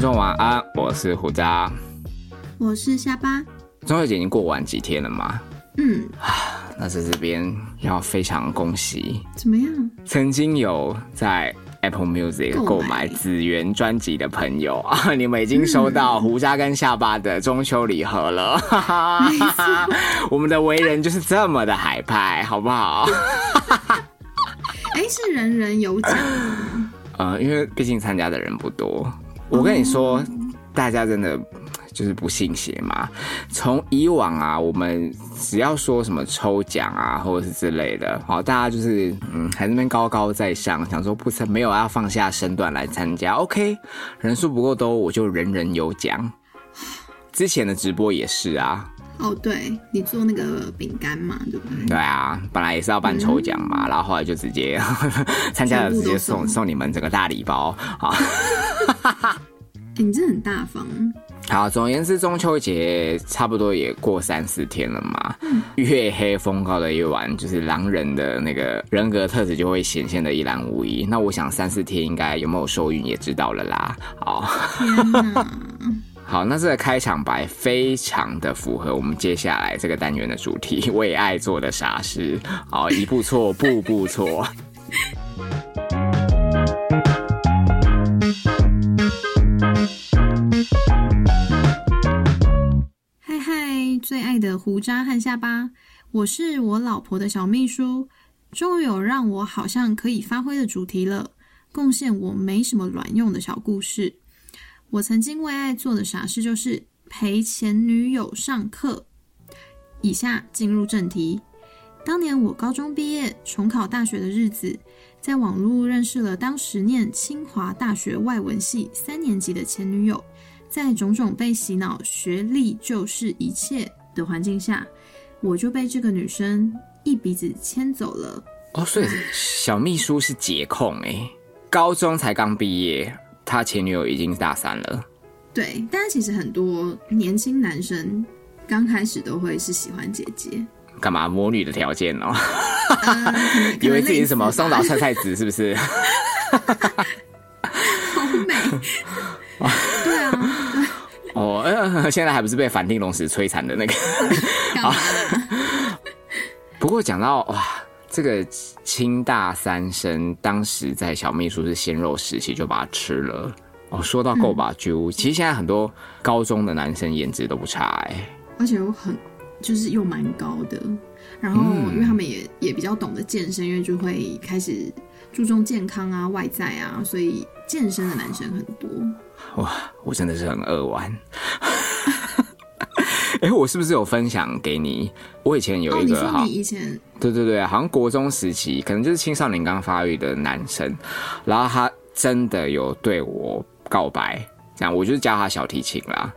众晚安，我是胡渣。我是下巴。中秋节已经过完几天了嘛？嗯，那在这边要非常恭喜，怎么样？曾经有在 Apple Music 购购买买紫源专辑的朋友 啊，你们已经收到胡渣跟下巴的中秋礼盒了，哈哈。我们的为人就是这么的海派，好不好？哎，是人人有奖，呃，因为毕竟参加的人不多。我跟你说，大家真的就是不信邪嘛。从以往啊，我们只要说什么抽奖啊，或者是之类的，好，大家就是嗯，还在那边高高在上，想说不参没有要放下身段来参加。OK，人数不够多，我就人人有奖。之前的直播也是啊，哦，对你做那个饼干嘛，对不对？哎对啊，本来也是要办抽奖嘛，然后后来就直接 参加了，嗯全部直都接送送送你们整个大礼包好。哎，你真的很大方。好，总而言之，中秋节差不多也过三四天了嘛。月黑风高的夜晚，就是狼人的那个人格特质就会显现的一览无遗。那我想三四天应该有没有受孕也知道了啦。好， 天哪！好，那这个开场白非常的符合我们接下来这个单元的主题——为爱做的傻事。好，一步错，步步错。 嗨嗨，最爱的胡渣和下巴，我是我老婆的小秘书，终于有让我好像可以发挥的主题了，贡献我没什么卵用的小故事。我曾经为爱做的傻事就是陪前女友上课。以下进入正题。当年我高中毕业重考大学的日子，在网络认识了当时念清华大学外文系三年级的前女友。在种种被洗脑“学历就是一切”的环境下，我就被这个女生一鼻子牵走了。哦，所以小秘书是解控哎、高中才刚毕业，他前女友已经大三了。对，但其实很多年轻男生刚开始都会是喜欢姐姐，干嘛魔女的条件哦？嗯 可能 以为自己是什么可能松类岛似吧菜菜子是不是？ 好美，对啊，哦、呃现在还不是被反町隆史摧残的那个。 干嘛？不过讲到哇，这个清大三生当时在小秘书是鲜肉时期就把它吃了。哦，说到够嗯吧猪，其实现在很多高中的男生颜值都不差哎、而且我很就是又蛮高的，然后嗯因为他们也、也比较懂得健身，因为就会开始注重健康啊、外在啊，所以健身的男生很多。哦我真的是很扼腕。 哎、我是不是有分享给你？我以前有哦，一你个说好你以前对对对，好像国中时期，可能就是青少年刚发育的男生，然后他真的有对我告白，这样我就是教他小提琴啦，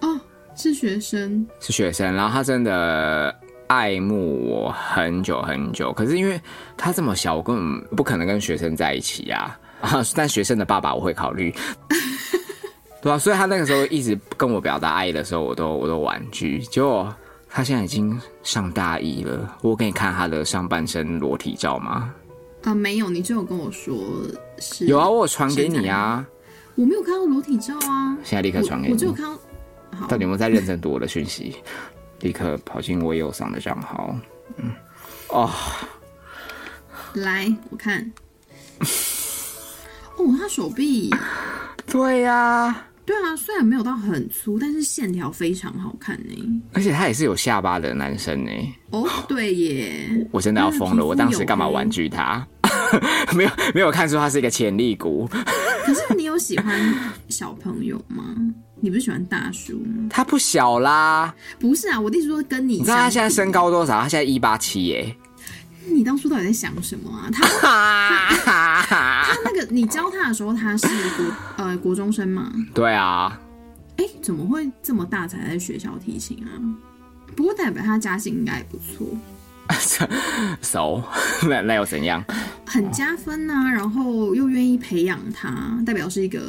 哦是学生，是学生，然后他真的爱慕我很久很久，可是因为他这么小，我根本不可能跟学生在一起啊，啊 但学生的爸爸我会考虑。 对啊，所以他那个时候一直跟我表达爱意的时候，我都我都婉拒。结果他现在已经上大一了，我给你看他的上半身裸体照吗？啊、没有，你就有跟我说是有啊，，我有传给你啊，我没有看到裸体照啊，现在立刻传给我我你就有。看到，好 到底有没有在认真读我的讯息？立刻跑进我右上的账号。嗯，哦，来我看，哦他手臂，对呀、对啊，虽然没有到很粗，但是线条非常好看呢、而且他也是有下巴的男生呢、哦对耶，我真的要疯了！嗯我当时干嘛婉拒他？ 没有没有看出他是一个潜力股，可是你有喜欢小朋友吗？你不是喜欢大叔吗？他不小啦。不是啊，我的意思说跟你你知道他相现在比身高多少？他现在一八七耶。你当初到底在想什么啊？他哈哈哈！那个你教他的时候，他是国呃国中生嘛？ 对啊，哎、怎么会这么大才在学校提琴啊？不过代表他家境应该也不错，熟 那那又怎样？很加分呐、然后又愿意培养他，代表是一个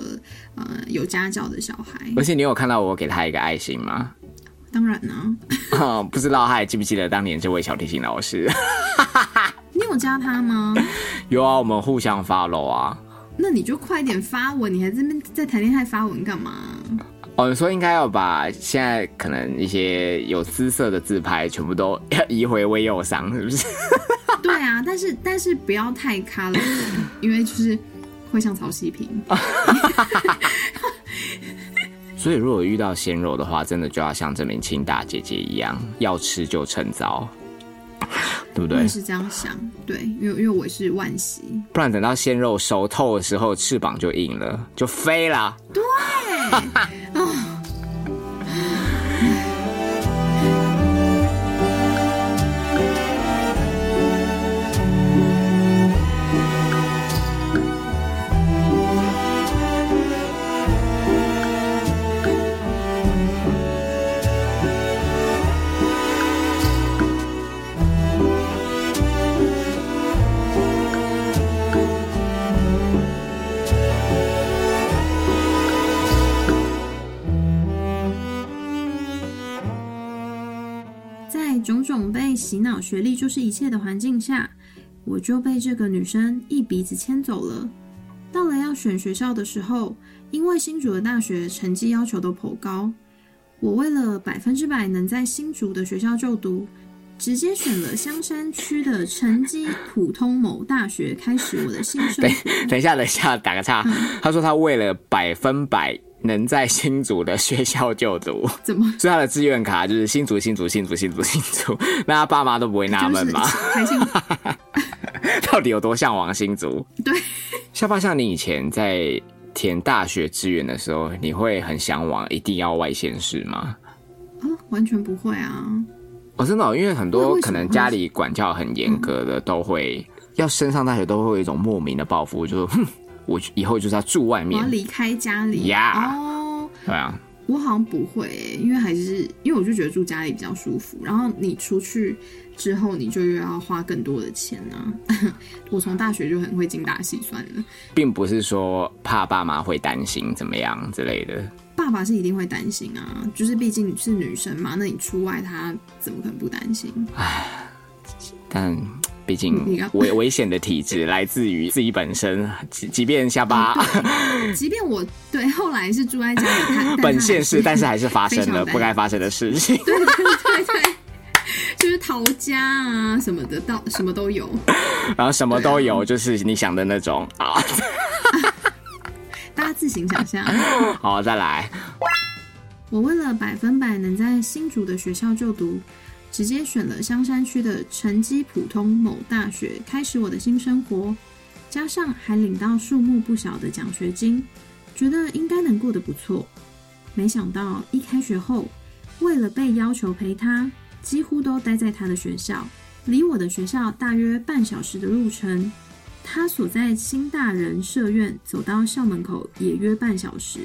呃有家教的小孩。而且你有看到我给他一个爱心吗？ 当然啦、啊不知道他还记不记得当年这位小提琴老师？ 你有加他吗？有啊，我们互相 follow 啊。那你就快点发文，你还这边在谈恋爱发文干嘛？哦，你说应该要把现在可能一些有姿色的自拍全部都 移回微友上，是不 是？对啊，但是但是不要太咖了，因为就是会像曹希平。所以如果遇到鲜肉的话，真的就要像这名清大姐姐一样，要吃就趁早， 对不我对也？是这样想，对，因为因为我是万喜，不然等到鲜肉熟透的时候，翅膀就硬了，就飞了。在种种被洗脑学历就是一切的环境下，我就被这个女生一鼻子牵走了。到了要选学校的时候，因为新竹的大学成绩要求都颇高，我为了百分之百能在新竹的学校就读，直接选了香山区的成绩普通某大学，开始我的新生活。 等一下，等一下，打个嗯岔。他说他为了百分百能在新竹的学校就读，怎么？所以他的志愿卡就是新竹、新竹、新竹、新竹、新竹。 那他爸妈都不会纳就是闷吗？开 心啊到底有多向往新竹？对，下巴像你以前在填大学志愿的时候，你会很向往一定要外县市吗？哦，完全不会啊！哦，真的哦、因为很多为为什么可能家里管教很严格的，都会要升上大学，都会有一种莫名的抱负，就是哼，我以后就是要住外我要面，离开家里。 Yeah 哦，对啊，我好像不会欸、因为还是因为我就觉得住家里比较舒服。然后你出去之后，你就又要花更多的钱呢、 我从大学就很会精打细算了，并不是说怕爸妈会担心怎么样之类的。爸爸是一定会担心啊，就是毕竟是女生嘛，那你出外他怎么可能不担 心？但毕你啊竟要危危险的体质来自于自己本身，即即便下巴、 即便我对后来是住在家里，他本县 市，但是还是发非生常了担不该发生的事情。对对对对，就是逃家啊什么的，到什么都有。然后什么都有，就是你想的那种啊。 大家自行想象。好，再来，我为了百分百能在新竹的学校就读，直接选了香山区的成绩普通某大学，开始我的新生活。加上还领到数目不小的奖学金，觉得应该能过得不错。没想到一开学后，为了被要求陪他，几乎都待在他的学校，离我的学校大约半小时的路程。他所在新大人社院走到校门口也约半小时。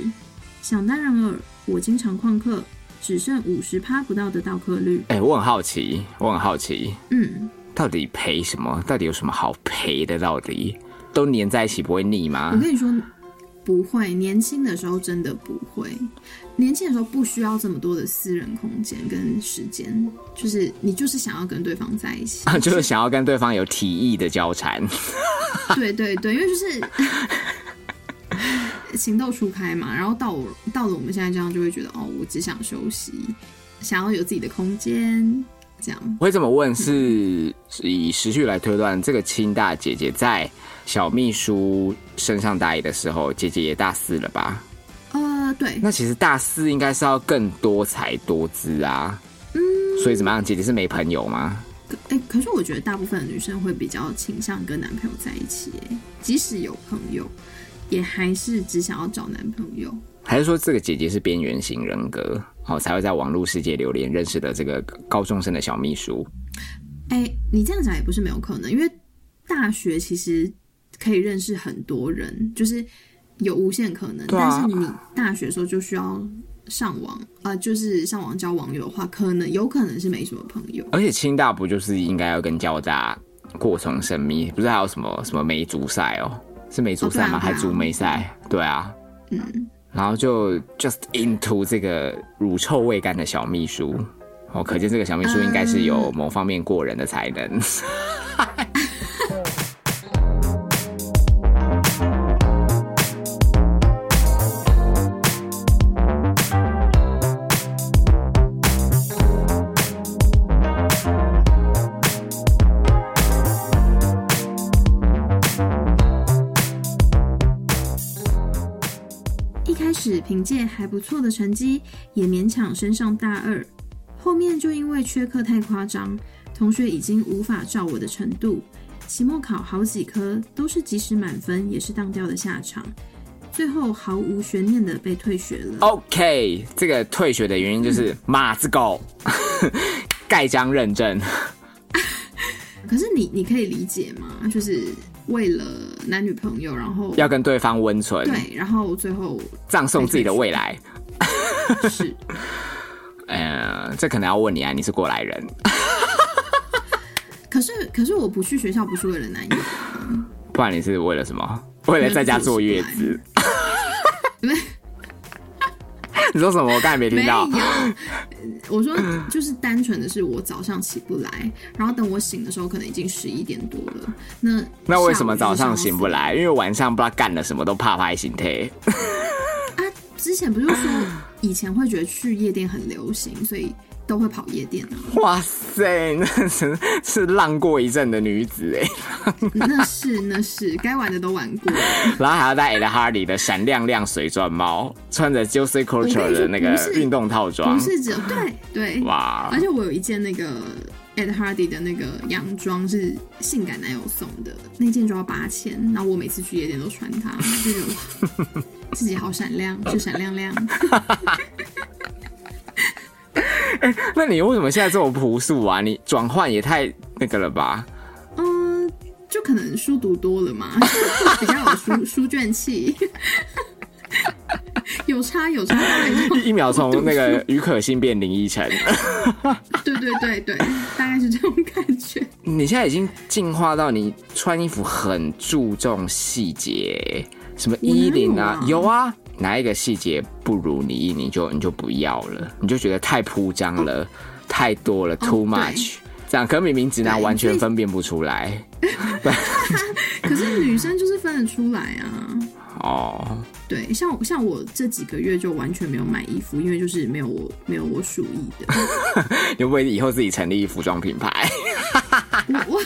想当然尔，我经常旷课，只剩五十趴不到的到课率。哎、我很好奇，我很好奇，嗯，到底陪什么？到底有什么好陪的？到底都粘在一起不会腻吗我？跟你说，不会，年轻的时候真的不会。年轻的时候不需要这么多的私人空间跟时间，就是你就是想要跟对方在一 起。啊，就是想要跟对方有体意的交缠， 对对对，因为就是 情窦初开嘛，然后到我到了我们现在这样，就会觉得哦，我只想休息，想要有自己的空间，这样。我会这么问是，是以时序来推断，这个清大姐姐在小秘书升上大一的时候，姐姐也大四了吧？呃，对，那其实大四应该是要更多才多姿啊。所以怎么样？姐姐是没朋友吗？可哎、可是我觉得大部分的女生会比较倾向跟男朋友在一起，哎，即使有朋友，也还是只想要找男朋友。还是说这个姐姐是边缘型人格，好、才会在网络世界流连认识的这个高中生的小秘书？哎、你这样讲也不是没有可能，因为大学其实可以认识很多人，就是有无限可能。对啊但是你大学的时候就需要上网啊、呃就是上网交网友的话，可能有可能是没什么朋友。而且清大不就是应该要跟交大过从甚密？不是还有什么什么梅竹赛哦？是梅竹赛吗？哦对啊还对啊竹梅赛？对啊，嗯，然后就 just into 这个乳臭未干的小秘书。哦，可见这个小秘书应该是有嗯某方面过人的才能。始凭借还不错的成绩，也勉强升上大二。后面就因为缺课太夸张，同学已经无法照我的程度，期末考好几科都是即使满分也是当掉的下场，最后毫无悬念的被退学哦了。 OK，这个退学的原因就是马子狗 盖章认证。可是你你可以理解吗？就是为了男女朋友，然后要跟对方温存，对，然后最后葬送自己的未来。是呃，这可能要问你啊，你是过来人。可是可是我不去学校不是为了男友，不然你是为了什 么？为了在家坐月子？你说什么？我刚才没嗯听没到有。。 我说就是单纯的是我早上起不来，然后等我醒的时候可能已经十一点多了。那那为什下午么就早上要醒死不来？因为晚上不知道干了什么，都怕拍醒贴。啊？之前不是说啊以前会觉得去夜店很流行，所以都会跑夜店啊？哇塞，那是是浪过一阵的女子哎，那是那是，该玩的都玩 过了。然后还要戴 Ed Hardy 的闪亮亮水钻帽，穿着 Juicy 我 Culture 跟你说的那个不是运动套装不，是只有对对，哇而且我有一件那个 Ed Hardy 的那个洋装是性感男友送的，那件就要八千，然后我每次去夜店都穿它，就觉得 哇自己好闪亮，就闪亮亮。 那你为什么现在这么朴素啊？你转换也太那个了吧？嗯，就可能书读多了嘛，比较有书书卷气。 有差有差，一秒从那 个于可欣变林依晨， 对对对对，大概是这种感觉。你现在已经进化到你穿衣服很注重细节，什么衣领啊，我哪有有啊，哪一个细节不如你意，你就你就不要了，你就觉得太铺张了，太多了、哦 t o o 对 much，这样可是明明直男对完全所以分辨不出来可是女生就是分得出来啊。哦。对，像我像我这几个月就完全没有买衣服，因为就是没有我没有我属意的，你会不会以后自己成立服装品牌？我我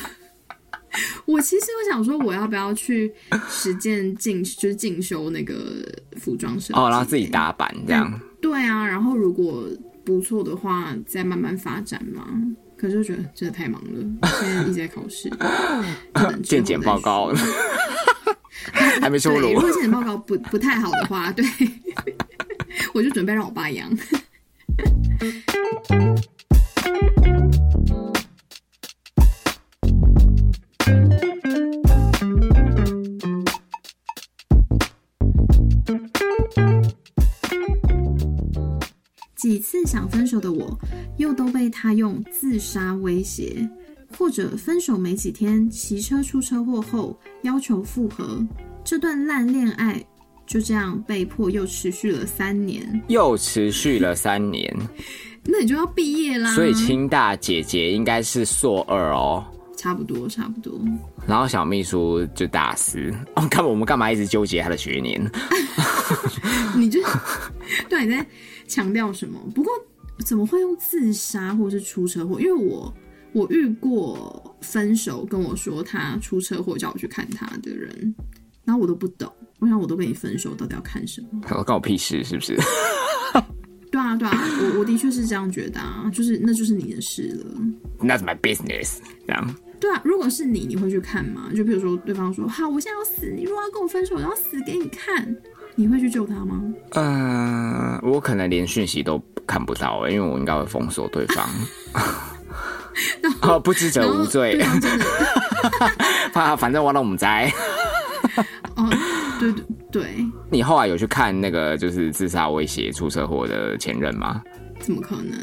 我其实我想说，我要不要去实践进就是进修那个服装设计哦，然后自己打版这样。对啊，然后如果不错的话，再慢慢发展嘛。可是就觉得真的太忙了，现在一直在考 试，只能之健检后再报说告啊 还没出对，如炉果健检报告不不太好的话，对，我就准备让我爸养。 几次想分手的我，又都被他用自杀威胁，或者分手没几天，骑车出车祸后要求复合，这段烂恋爱就这样被迫又持续了三年。又持续了三年，那你就要毕业啦，所以清大姐姐应该是硕二哦。差不多差不多。然后小秘书就大四， 哦，看我们干嘛一直纠结他的学年？你就 对你在强调什么？不过怎么会用自杀或是出车祸？因为我我遇过分手跟我说他出车祸叫我去看他的人，然后我都不懂，我想我都跟你分手，到底要看什么？他说关我屁事是不是？对啊对啊，我我的确是这样觉得啊，就是那就是你的事了。 That's my business。这样，对啊，如果是你，你会去看吗？就比如说对方说好，我现在要死，你如果要跟我分手，我要死给你看，你会去救他吗？嗯、我可能连讯息都看不到、欸因为我应该会封锁对 方。哦，不知者然后啊无罪对，方真的。反反正我让我们栽。哦， 对对对，你后来有去看那个就是自杀威胁出车祸的前任吗？怎么可能？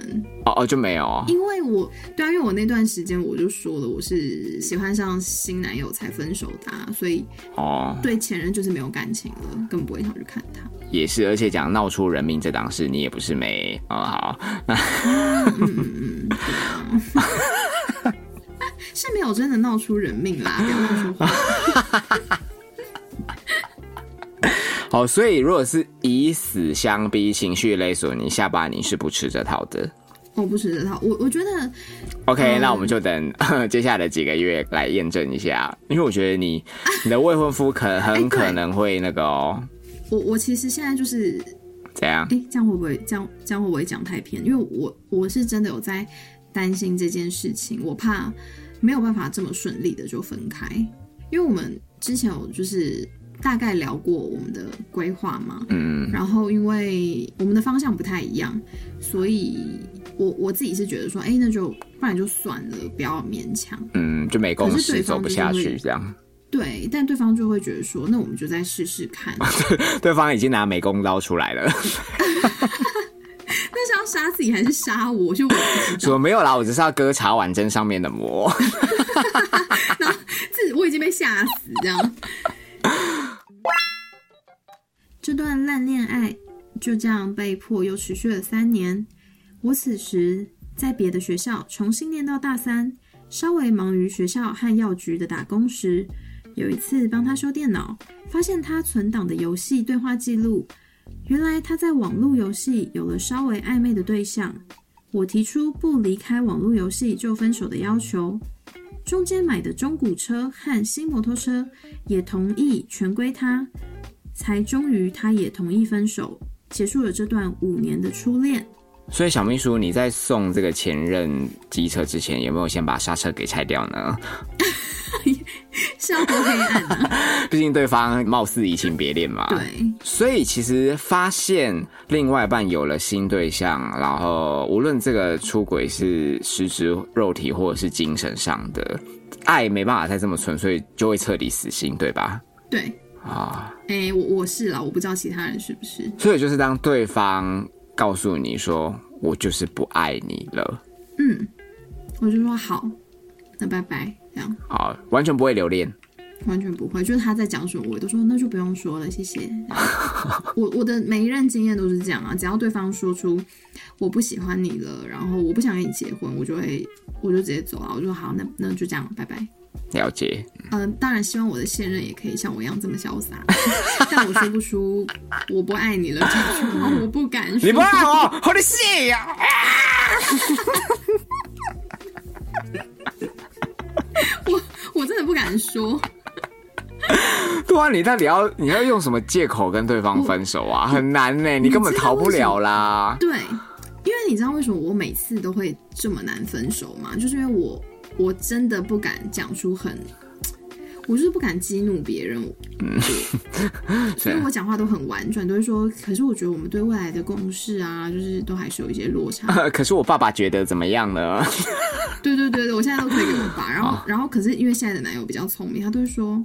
哦哦，就没有哦。因为我对啊，因为我那段时间我就说了，我是喜欢上新男友才分手的、啊，所以哦对前任就是没有感情了，更不会想去看他。也是，而且讲闹出人命这档事，你也不是没啊、好，是没有真的闹出人命啦，不要乱说话。 好，所以如果是以死相逼，情绪勒索你下巴，你是不吃这套的。我哦不吃这套，我我觉得 OK，、嗯那我们就等呃接下来的几个月来验证一下，因为我觉得你你的未婚夫可很对可能会那个哦，我我其实现在就是怎样？哎，这样会不会这样这样会不会讲太偏？因为我我是真的有在担心这件事情，我怕没有办法这么顺利的就分开，因为我们之前有就是大概聊过我们的规划嘛，嗯，然后因为我们的方向不太一样，所以我我自己是觉得说，哎，那就不然就算了，不要勉强。嗯，就没共可是识，对方走不下就是去会这样。对，但对方就会觉得说，那我们就再试试看， 对方已经拿美工刀出来了，那是要杀自己还是杀我？就我不知道，说没有啦，我只是要割茶碗蒸上面的膜。自己我已经被吓死这样。 这段烂恋爱就这样被迫又持续了三年。我此时在别的学校重新念到大三，稍微忙于学校和药局的打工时，有一次帮他修电脑，发现他存档的游戏对话记录，原来他在网络游戏有了稍微暧昧的对象。我提出不离开网络游戏就分手的要求，中间买的中古车和新摩托车也同意全归他，才终于他也同意分手，结束了这段五年的初恋。所以小秘书，你在送这个前任机车之前，有没有先把刹车给拆掉呢？是要多黑暗啊！毕竟对方貌似移情别恋嘛。对，所以其实发现另外一半有了新对象，然后无论这个出轨是实质、肉体或者是精神上的，爱没办法再这么纯粹，就会彻底死心，对吧？对，啊，哎、我我是啦，我不知道其他人是不是。所以就是当对方告诉你说“我就是不爱你了嗯，我就说好，那拜拜，这样”，啊，完全不会留恋。完全不会。就是他在讲什么，我都说那就不用说了，谢谢。 这样我我的每一任经验都是这样啊，只要对方说出我不喜欢你了，然后我不想跟你结婚，我就会我就直接走啊，我就说好，那那就这样，拜 拜。了解，嗯，当然希望我的现任也可以像我一样这么潇洒，但我说不出我不爱你了这句话，我不敢说。你不爱我，我的戏呀、啊我，我真的不敢说。对啊，你到底要你要用什么借口跟对方分手啊？很难呢、你根本逃不了啦。对，因为你知道为什么我每次都会这么难分手吗？就是因为我我真的不敢讲出很，我就是不敢激怒别人，所以我讲话都很婉转，都会说。可是我觉得我们对未来的共识啊，就是都还是有一些落差。 可是我爸爸觉得怎么样呢？ 对对对对，我现在都推给我爸。然后然后，可是因为现在的男友比较聪明，他都会说。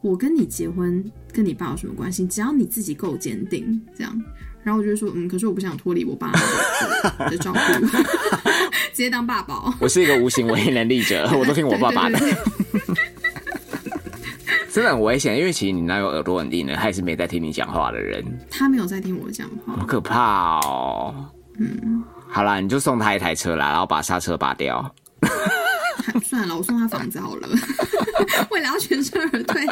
我跟你结婚跟你爸有什么关系？只要你自己够坚定，这样。然后我就说，嗯，可是我不想脱离 我爸的的照顾， 直接当爸宝。我是一个无行为能力者， 我都听我爸爸的，对对对真的很危险。因为其实你那有耳朵很硬的，他也是没在听你讲话的人，他没有在听我讲好话，可怕哦。嗯，好啦，你就送他一台车啦，然后把刹车拔掉。还算了，我送他房子好了， 为了要全身而退。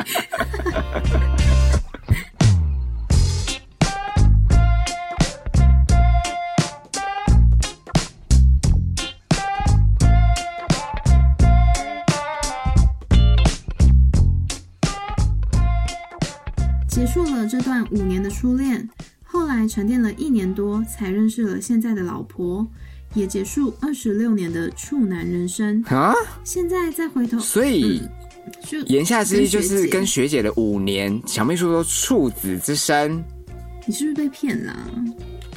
结束了这段五年的初恋，后来沉淀了一年多，才认识了现在的老婆，也结束二十六年的处男人生。啊，现在再回头，所以、就言下之意就是跟跟学姐的五年，小秘书说处子之身，你是不是被骗啦、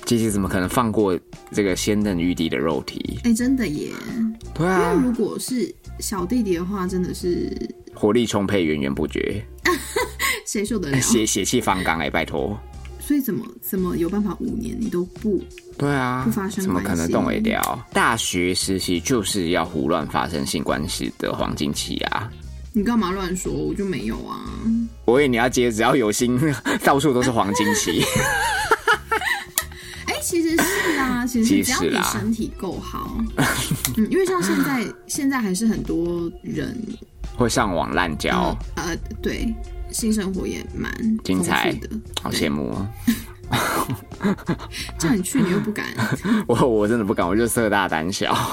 姐姐怎么可能放过这个鲜嫩欲滴的肉体？哎、真的耶！对因为啊，如果是小弟弟的话，真的是活力充沛，源源不绝，谁受得了？血血气方刚哎、拜托。所以怎么怎么有办法五年你都不对啊，不发生怎么可能关系动得了？大学时期就是要胡乱发生性关系的黄金期啊！你干嘛乱说？我就没有啊！我以为你要接，只要有心， 到处都是黄金期。 哎、其实 是啊，其实其是实只要你啦身体够好，啊嗯，因为像现在现在还是很多人，会上网滥交，呃，呃对，性生活也蛮哦精彩丰富的。好羡慕哦！叫你去你又不 敢，我我真的不敢，我就色大胆小。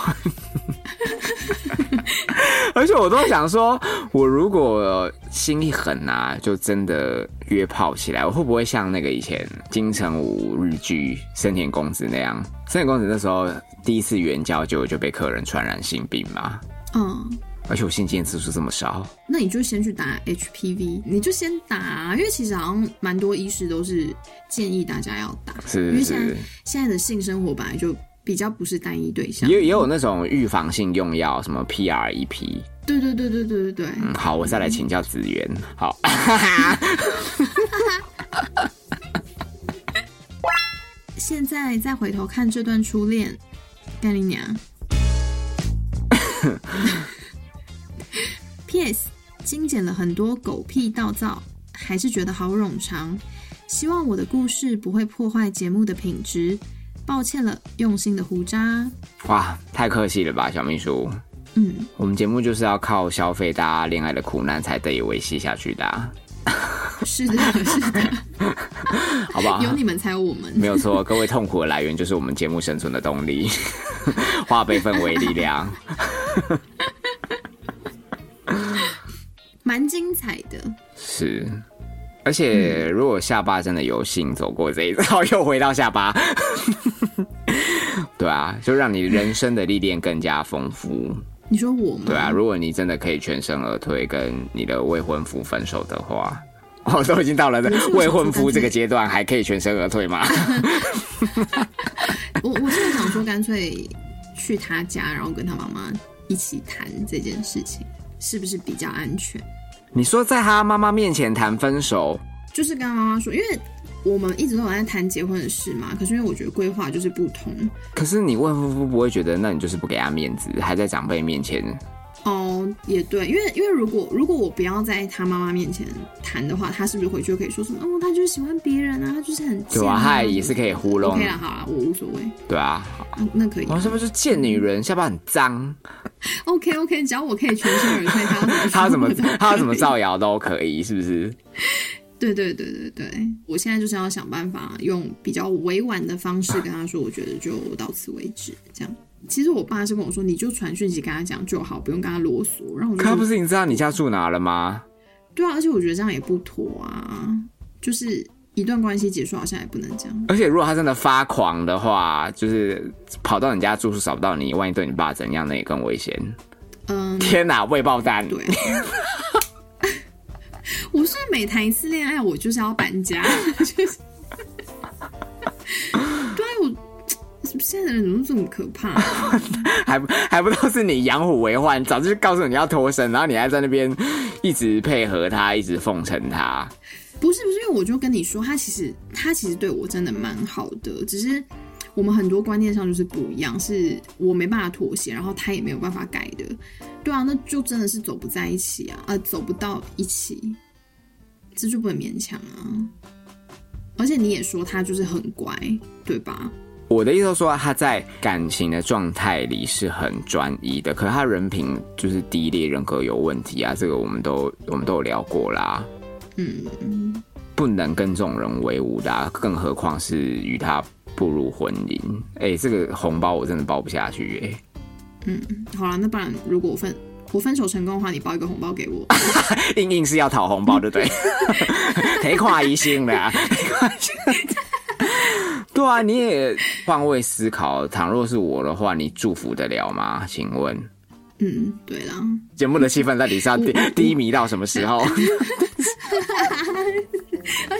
而且我都想说，我如果心一狠啊，就真的约炮起来，我会不会像那个以前金城武日剧《森田公子》那样？森田公子那时候第一次援交就就被客人传染性病嘛，嗯，而且我性经验次数这么少，那你就先去打 HPV，你就先打，啊因为其实好像蛮多医师都是建议大家要打，因是为是现在是，现在的性生活本来就比较不是单一对象，也也有那种预防性用药，什么 PREP。对对对对对对对，嗯，好，我再来请教子源。好，现在再回头看这段初恋，干 你娘！P.S. 精简了很多狗屁道造，还是觉得好冗长。希望我的故事不会破坏节目的品质。抱歉了，用心的胡渣。哇，太客气了吧，小秘书。嗯，我们节目就是要靠消费大家恋爱的苦难才得以维系下去的 啊、是的，是 的，好不好？有你们才有我们。没有错，各位痛苦的来源就是我们节目生存的动 力，化悲愤为力量。蛮精彩的，是，而且嗯如果下巴真的有幸走过这一遭，又回到下巴， 对啊，就让你人生的历练更加丰富。你说我吗？对啊，如果你真的可以全身而退，跟你的未婚夫分手的话， 我都已经到了是我想说未婚夫这个阶段，还可以全身而退 吗？我我现在想说，干脆去他家，然后跟他妈妈一起谈这件事情，是不是比较安全？你说在他妈妈面前谈分手，就是跟他妈妈说，因为我们一直都有在谈结婚的事嘛，可是因为我觉得规划就是不同可是你未婚夫不会觉得，那你就是不给他面子，还在长辈面前，哦，也对，因为因为如果如果我不要在他妈妈面前谈的话，他是不是回去就可以说什么？哦，他就是喜欢别人啊，他就是很对贱吧、啊啊？他也是可以糊弄 OK，啦，好啊啦，我无所谓，对啊。啊、那可以我是不是贱女人？下巴很脏， ，OK OK，只要我可以全身而退，他要怎么他怎么说我都可以他要怎么造谣都可以，是不是？ 对对对对对，我现在就是要想办法用比较委婉的方式跟他说，我觉得就到此为止这样。其实我爸是跟我说，你就传讯息跟他讲就好，不用跟他啰嗦。然后我就可他不觉得是已经知道你家住哪了吗？对啊，而且我觉得这样也不妥啊，就是一段关系结束好像也不能这样。而且如果他真的发狂的话，就是跑到你家住处找不到你，万一对你爸怎样，那也更危险。嗯，天哪，未爆弹！对。我是每谈一次恋爱，我就是要搬家，就是。 对啊，我现在的人怎么这么可怕啊、还不还不都是你养虎为患，早就告诉你要脱身，然后你还在那边一直配合他，一直奉承他。不是不是，因为我就跟你说，他其实他其实对我真的蛮好的，只是我们很多观念上就是不一样，是我没办法妥协，然后他也没有办法改的。对啊，那就真的是走不在一起啊，呃，走不到一起，这就不能勉强啊。而且你也说他就是很乖，对吧？我的意思是说，他在感情的状态里是很专一的，可是他人品就是低劣，人格有问题啊，这个我们都我们都有聊过啦，嗯，不能跟这种人为伍的、啊，更何况是与他步入婚姻。哎、这个红包我真的包不下去哎、好啦，那不然如果我分我分手成功的话，你包一个红包给我。硬硬是要讨红包，对不对？谁跨一性的、啊？没跨一性对啊，你也换位思考，倘若是我的话，你祝福得了吗？请问嗯，对啦，节目的气氛到底是要低低迷到什么时候？ 而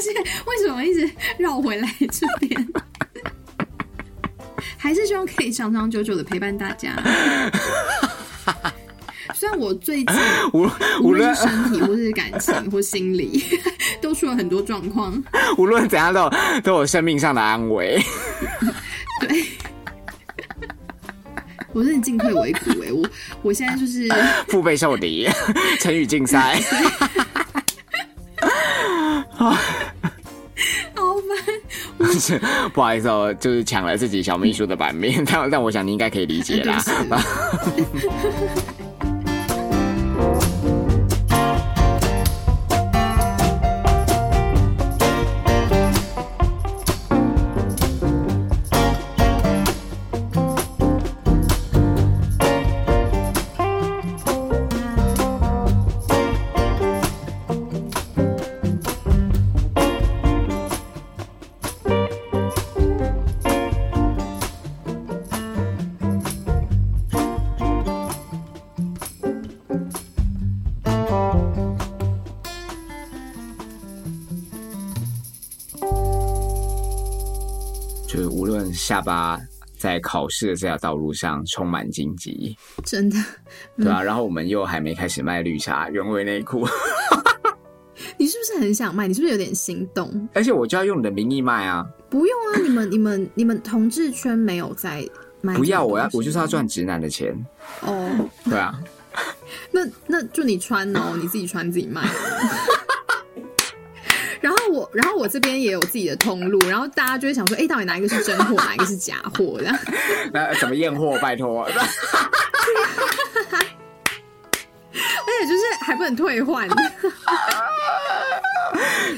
且为什么一直绕回来这边？ 还是希望可以长长久久的陪伴大家。 虽然我最近无无无论论是身体或是感情或心理 都出了很多状况，无论怎样都有都有生命上的安危。对。我真的进退维谷哎、我我现 在就是腹背受敌， 成语竞赛。好烦，是 不好意思哦，就是抢了自己小秘书的版面， 但但我想你应该可以理解啦。真的是们下巴在考试的这条道路上充满荆棘，真的，嗯对啊，然后我们又还没开始卖绿茶、原味内裤， 你是不是很想卖？你是不是有点心动？而且我就要用你的名义卖啊！不用啊，你们、你们、你们同志圈没有在嗯卖这不种东西吗？要，我要我就是要赚直男的钱，哦。对啊。 那那就你穿哦，你自己穿自己卖。 然后我，然后我这边也有自己的通路，然后大家就会想说，哎，到底哪一个是真货，哪一个是假货？这样， 那呃怎么验货？拜托， 而且就是还不能退换。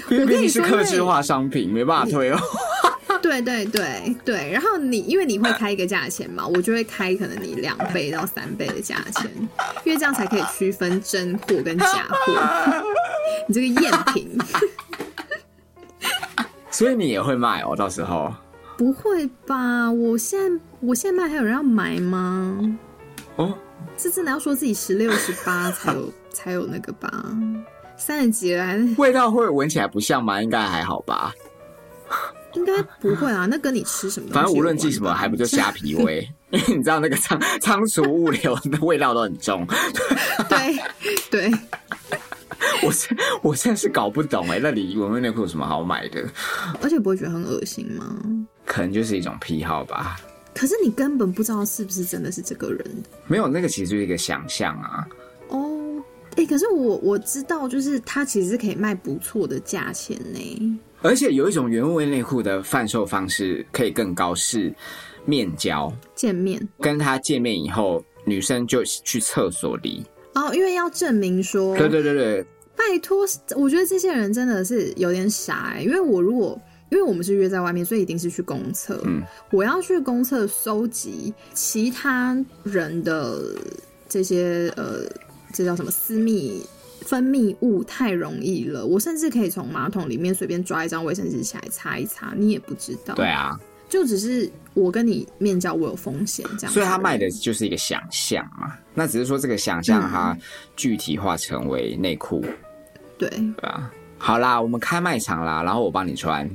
毕我跟竟你是说嗯客制化商品，没办法退哦。对对对对，然后你因为你会开一个价钱嘛，我就会开可能你两倍到三倍的价钱，因为这样才可以区分真货跟假货。 你这个赝品所以你也会卖哦，到时候不会吧？我现在我现在卖还有人要买吗？哦，是真的要说自己十六十 八才有才有那个吧？三十几了还是味道会闻起来不像吗？应该还好吧。应该不会 啊？那跟你吃什么东西有关吧？反正无论寄什么，还不就虾皮味？因为你知道那个仓仓储物流的味道都很重。 对对，我是我真的是搞不懂哎、那里文文内裤有什么好买的？而且不会觉得很恶心吗？可能就是一种癖好吧。可是你根本不知道是不是真的是这个人没有那个其实就是一个想象啊。哦。哎、可是我我知道，就是它其实是可以卖不错的价钱呢。而且有一种原味内裤的贩售方式可以更高，是面交。见面跟他见面以后，女生就去厕所里。哦，因为要证明说，对对对对，拜托，我觉得这些人真的是有点傻哎、因为我如果因为我们是约在外面，所以一定是去公厕。嗯，我要去公厕搜集其他人的这些呃，这叫什么私密分泌物太容易了。我甚至可以从马桶里面随便抓一张卫生纸起来擦一擦，你也不知道。对，啊，就只是我跟你面交，我有风险这样。所以他卖的。就是一个想象嘛。那只是说这个想象它具体化成为内裤，对，对吧？好啦，我们开卖场啦，然后我帮你穿。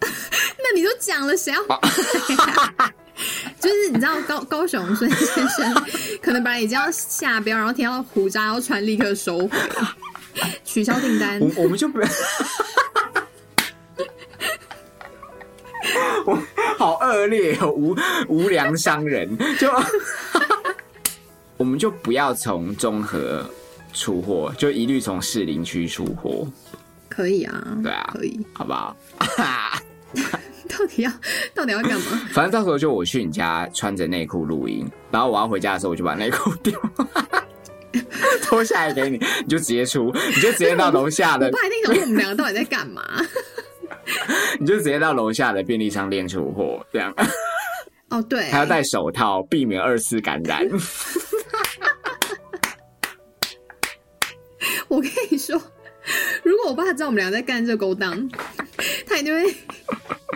那你都讲了，谁要？啊 就是你知道高高雄孙先生可能本来已经要下标，然后听到胡渣要穿，立刻收回，取消订单。我我们就 不要。我好恶劣哦，无无良商人就， 我们就不要从中和出货，就一律从士林区出货，可以啊，对啊可以。 好不好？到底要到底要干嘛？反正到时候就我去你家穿着内裤录音，然后我要回家的时候我就把内裤丢， 脱下来给你，你就直接出，你就直接到楼下我的，爸一定想说我们两个到底在干嘛？你就直接到楼下的便利商店出货，这样。哦，对，还要戴手套，避免二次感染。 我跟你说，如果我爸知道我们俩在干这勾当， 他一定会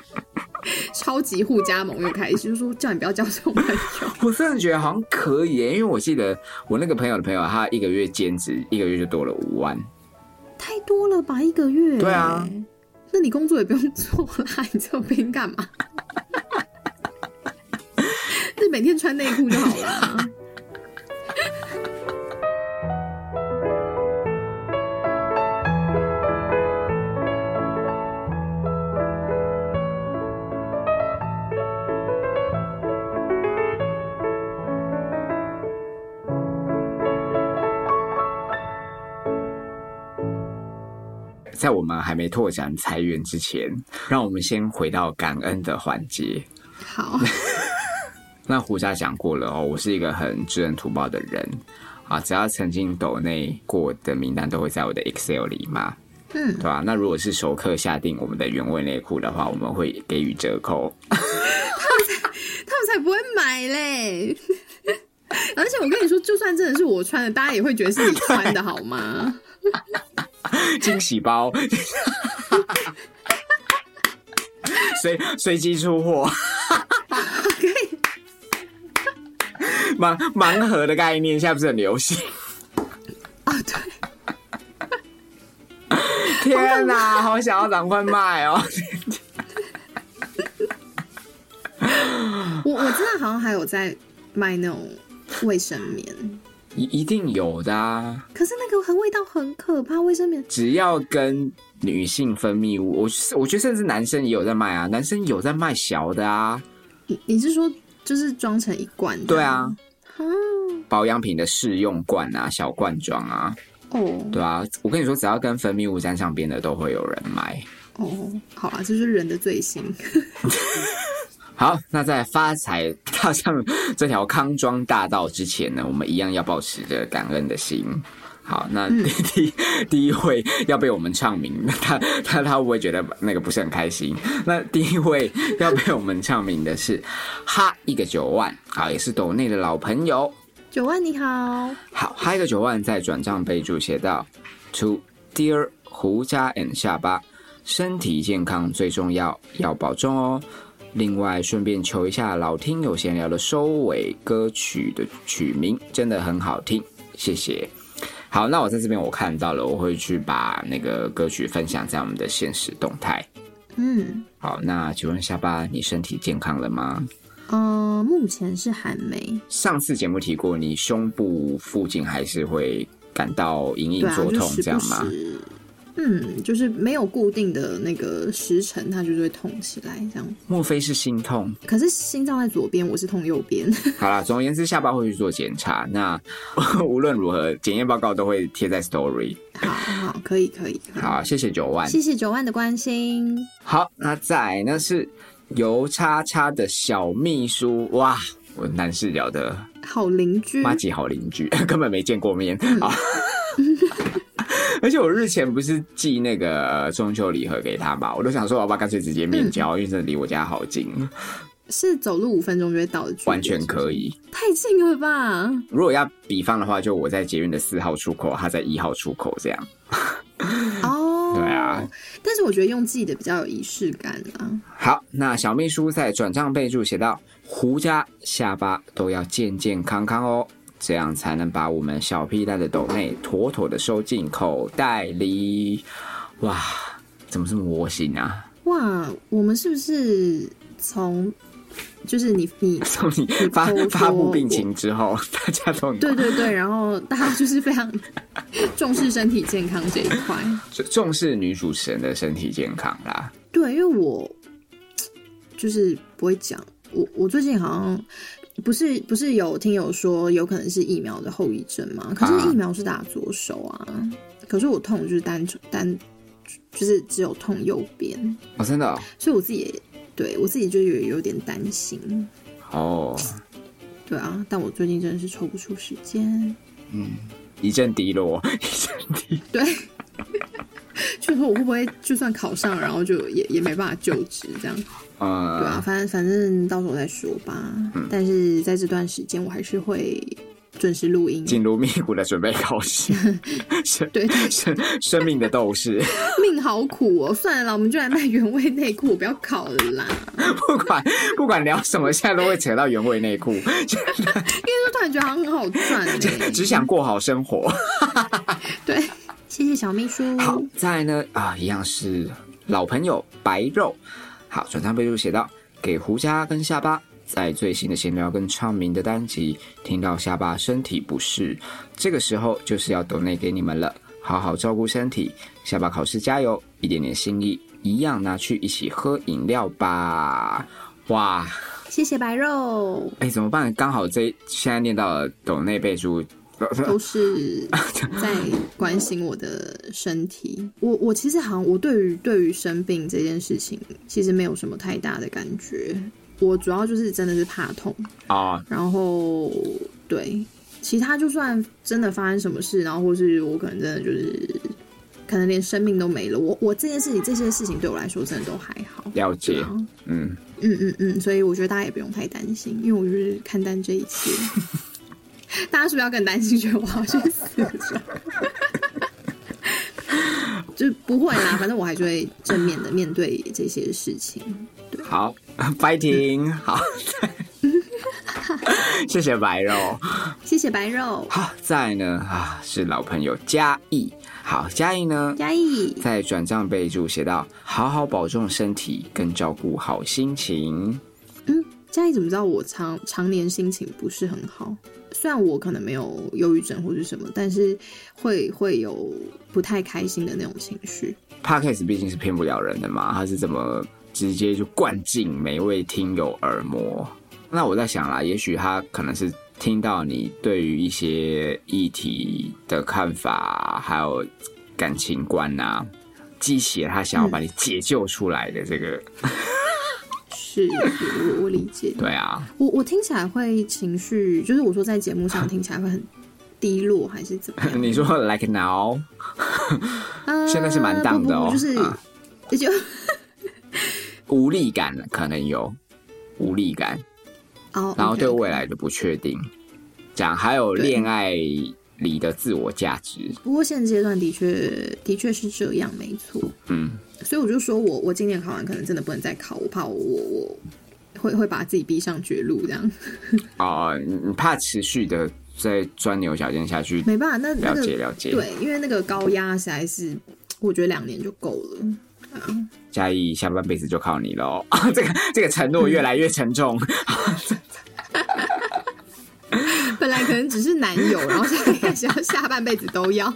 超级互加盟又开始，就说叫你不要交这种朋友。我真的觉得好像可以耶，因为我记得我那个朋友的朋友，他一个月兼职，一个月就多了五万。太多了吧，一个月？对啊，那你工作也不用做啦，你在我边干嘛？ 那每天穿内裤就好啦。在我们还没拓展裁员之前，让我们先回到感恩的环节。好，那胡渣讲过了哦，我是一个很知恩图报的人啊，只要曾经抖内过的名单都会在我的 Excel 里嘛，嗯对，吧、那如果是熟客下定我们的原味内裤的话，我们会给予折扣。他们才不会买嘞。而且我跟你说，就算真的是我穿的，大家也会觉得是你穿的好 吗？惊喜包， 随随机出货，可以，盲盲盒的概念现在不是很流行？啊，对，天哪、好想要赶快卖哦！我知道好像还有在卖那种卫生棉，一一定有的啊！可是那个很味道很可怕，卫生棉只要跟女性分泌物，我是我觉得甚至男生也有在卖啊，男生有在卖小的啊，你你是说就是装成一罐？对啊，哈，保养品的试用罐啊，小罐装啊，哦对啊，我跟你说，只要跟分泌物沾上边的，都会有人买。哦，好啊，这就是人的罪行。好，那在发财踏上这条康庄大道之前呢，我们一样要保持着感恩的心。好，那第 第、第一位要被我们唱名，那他他他会不会觉得那个不是很开心？那第一位要被我们唱名的是哈一个九万，好，也是抖内的老朋友， 九万你好，好，嗨个九万在转账备注写道：To dear 胡渣 and 下巴，身体健康最重要，要保重哦。另外，顺便求一下老听友闲聊的收尾歌曲的曲名，真的很好听，谢谢。好，那我在这边我看到了，我会去把那个歌曲分享在我们的现实动态。嗯好，那请问下巴，你身体健康了吗？呃，目前是还没，上次节目提过，你胸部附近还是会感到隐隐对啊，作就痛，这时不样吗？时，嗯，就是没有固定的那个时辰，它就是会痛起来这样。莫非是心痛？可是心脏在左边，我是痛右边。 好啦，总而言之，下巴会去做检查。那 无论如何，检验报告都会贴在 story。好好，可以可以。可以，好，谢谢九万。谢谢九万的关心。好，那再来呢是油叉叉的小秘书，哇，我男士聊的好邻居，妈吉好邻居， 根本没见过面啊。 而且我日前不是寄那个呃中秋礼盒给他嘛，我都想说，我要不要干脆直接面交，因为真的离我家好近，是走路五分钟就会到的距离，完全可以。太近了吧？如果要比方的话，就我在捷运的四号出口，他在一号出口这样。哦， 对啊，但是我觉得用自己的比较有仪式感啊。好，那小秘书在转账备注写到：胡家下巴都要健健康康哦，这样才能把我们小屁蛋的斗内妥妥的收进口袋里。哇，怎么这么窝心啊？哇，我们是不是从就是你你从你发偷说发布病情之后， 大家都很对对对，然后大家就是非 常重视身体健康这一块。重视女主持人的身体健康啦。对，因为我就是不会讲，我我最近好像不是不是有听友说有可能是疫苗的后遗症嘛？可啊是疫苗是打左手啊，可是我痛就是单单就是只有痛右边，哦，真的哦所以我自己也对我自己就有有点担心。哦，对啊，但我最近真的是抽不出时间，一阵低落，一阵低对。就说我会不会就算考上，然后就也也没办法就职这样？落，呃，对啊，反正反正到时候再说吧。嗯但是在这段时间，我还是会准时录音。进入密谷的准备考 试，生对，生生命的斗士， 命好苦哦。算了啦，我们就来卖原味内裤，我不要考了啦。不管不管聊什么，现在都会扯到原味内裤，因为就突然觉得好像很好赚 欸呢、只想过好生活。对，谢谢小秘书。好，再来呢啊，一样是老朋友白肉。好，转账备注写到给胡渣跟下巴。在最新的闲聊跟唱名的单集，听到下巴身体不适，这个时候就是要抖内给你们了，好好照顾身体，下巴考试加油，一点点心意，一样拿去一起喝饮料吧。哇，谢谢白肉，哎、怎么办？刚好这现在念到了抖内备注，都是在关心我的身体。我我其实好像我对于对于生病这件事情，其实没有什么太大的感觉。我主要就是真的是怕痛， 哦，然后对，其他就算真的发生什么事，然后或是我可能真的就是，可能连生命都没了，我我这件事情这些事情对我来说真的都还好。了解，好嗯，啊嗯嗯嗯，所以我觉得大家也不用太担心，因为我就是看淡这一切。 大家是不是要更担心，觉得我要去死了？ 就不会啦，反正我还是会正面的面对这些事情。好 ，fighting，好， 谢谢白肉。谢谢白肉，好，再来呢啊，是老朋友嘉义。好，嘉义呢，嘉义，在转账备注写到：好好保重身体，更照顾好心情。佳怡怎么知道我常常年心情不是很好？虽然我可能没有忧郁症或是什么，但是会会有不太开心的那种情绪。 Podcast 毕竟是骗不了人的嘛，它是怎么直接就灌进每位听友耳膜？那我在想啦，也许他可能是听到你对于一些议题的看法，还有感情观呐、啊，激起了他想要把你解救出来的这个。是，是我我理解。对啊，我我听起来会情绪，就是我说在节 目上听起来会很低落，还是怎么样？你说 like now，呃现在是蛮 down 的哦不不不就是、嗯 就无力感可能有无力感，哦，然后 OK，对 OK 未来的不确定，讲还有对恋爱里的自我价值，不过现阶段的确的确是这样，没错。嗯，所以我就说我我今年考完可能真的不能再考，我怕我我我会会把自己逼上绝路，这样 哦，你你怕持续的在钻牛角尖下去，没办法。那那了个解了解，对，因为那个高压实在是，我觉得两年就够了。 嘉义下半辈子就靠你喽！啊， 这个这个承诺越来越沉重，本来可能只是男友，然后现在开始要下 半辈子都要。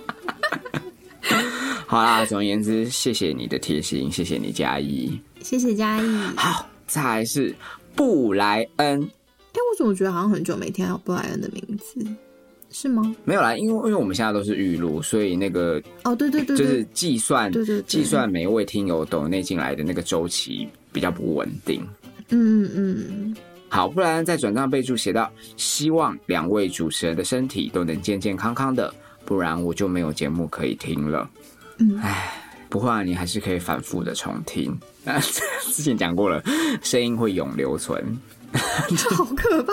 好啦，总而言之，谢谢你的贴心，谢谢你嘉义。谢谢嘉义。哎、好，再来是布莱恩，我怎么觉得好像很久没听到布莱恩的名字，是吗？没有啦，因为因为我们现在都是预录，所以那个哦，对对对就对，是计算对对对计算每一位听友抖内进来的那个周期比较不稳定。嗯嗯嗯，好，布莱恩在转账备注写到：希望两位主持人的身体都能健健康康的，不然我就没有节目可以听了。嗯唉，不会啊，你还是可以反复的重听。啊， 之前讲过了，声音会永留存，这好可怕。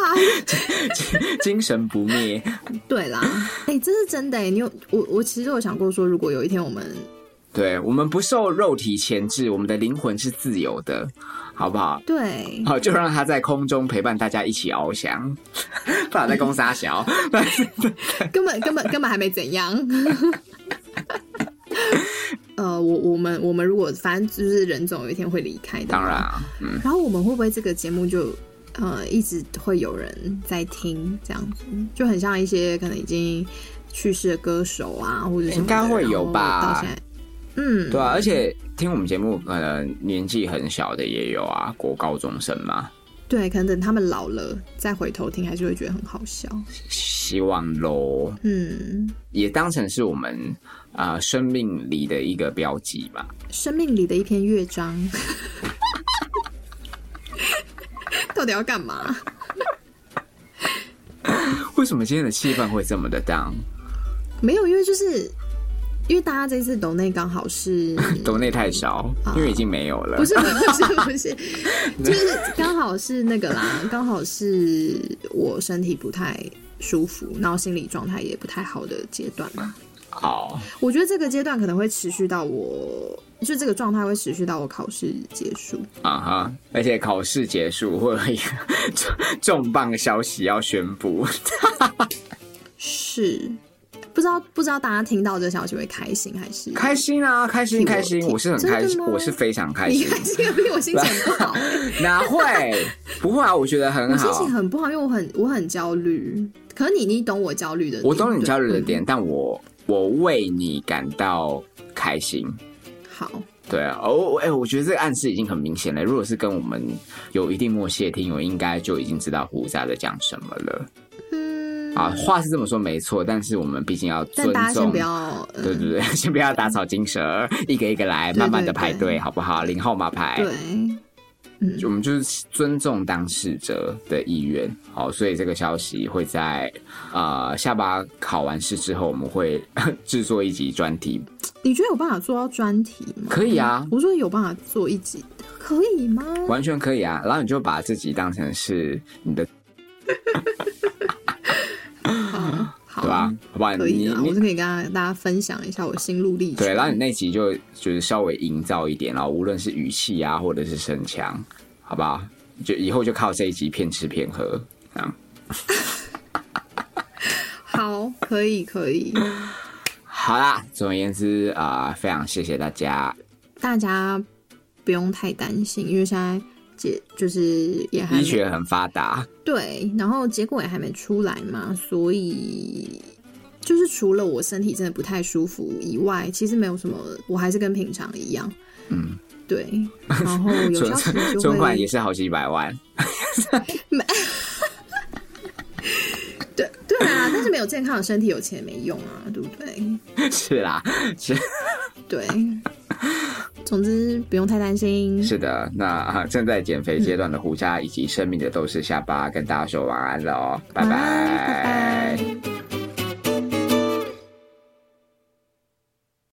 精神不灭。对啦，哎、这是真的、哎，你有我我其实都有想过说，如果有一天我们对我们不受肉体牵制，我们的灵魂是自由的，好不好？ 对好，就让它在空中陪伴大家一起翱翔，不然在攻沙小。根本根本根本还没怎样。 呃，我我们我们如果反正就是人总有一天会离开的，当然。啊，然后我们会不会这个节目就呃一直会有人在听这样子，就很像一些可能已经去世的歌手啊，或者什应么的该会有吧然后到现在，嗯，对啊，而且听我们节目，可能年纪很小的也有啊，国高中生嘛，对，可能等他们老了再回头听，还是会觉得很好笑。希望喽，嗯，也当成是我们啊、呃生命里的一个标记吧。 生命里的一篇乐章， 到底要干嘛？为什么今天的气氛会这么的 down？嗯没有，因为就是因为大家这次抖内刚好是抖内太少，因为已经没有了。啊不是不 是不是，就是刚好是那个啦，刚好是我身体不太舒服，然后心理状态也不太好的阶段嘛。哦，我觉得这个阶段可能会持续到我，就这个状态会持续到我考试结束。啊哈！而且考试结束会有一个 重重磅消息要宣布， 是，不知道不知道大家听到这个消息会开心还是开心啊，开心开心，听我我是很开真心的，吗我是非常开你心。开心得比我心情不 好、哪会？不会啊，我觉得很我好。心情很不好，因为我很我很焦虑。可是你你懂我焦虑的点，我懂你焦虑的对点，但我我为你感到开心。嗯好，对啊，哦，哎、我觉得这个暗示已经很明显了。如果是跟我们有一定默契的听友，应该就已经知道胡渣在讲什么了嗯，啊。话是这么说没错，但是我们毕竟要尊但大家先重不。要，嗯对对 对，先不要打草惊蛇，一个一个来，对慢慢的排对队，好不好？领号码牌，对，嗯，我们就是尊重当事者的意愿。好，所以这个消息会在呃下巴考完试之后，我们会 制作一集专题你觉得有办法做到专题吗？嗯可以啊，我说有办法做一集，可以吗？完全可以啊。然后你就把自己当成是你的，好，好对吧？？好吧，可以你的啊，我你是可以跟大家分享一下我心路历程。对，然后你那集就就是稍微营造一点，然后无论是语气啊，或者是声腔，好不好？就以后就靠这一集骗吃骗喝，这样好，可以，可以。好啦。总而言之啊、非常谢谢大家。大家不用太担心，因为现在结就是也还医没学很发达，对，然后结果也还没出来嘛，所以就是除了我身体真的不太舒服以外，其实没有什么，我还是跟平常一样。嗯， 对。然后有存消息就存款会也是好几百万。对对啊，但是没有健康的身体，有钱也没用啊，对不对？是啦，是对。总之不用太担心。是的。那啊正在减肥阶段的胡渣以及生命的都是下巴，跟大家说晚安了哦，拜晚安拜拜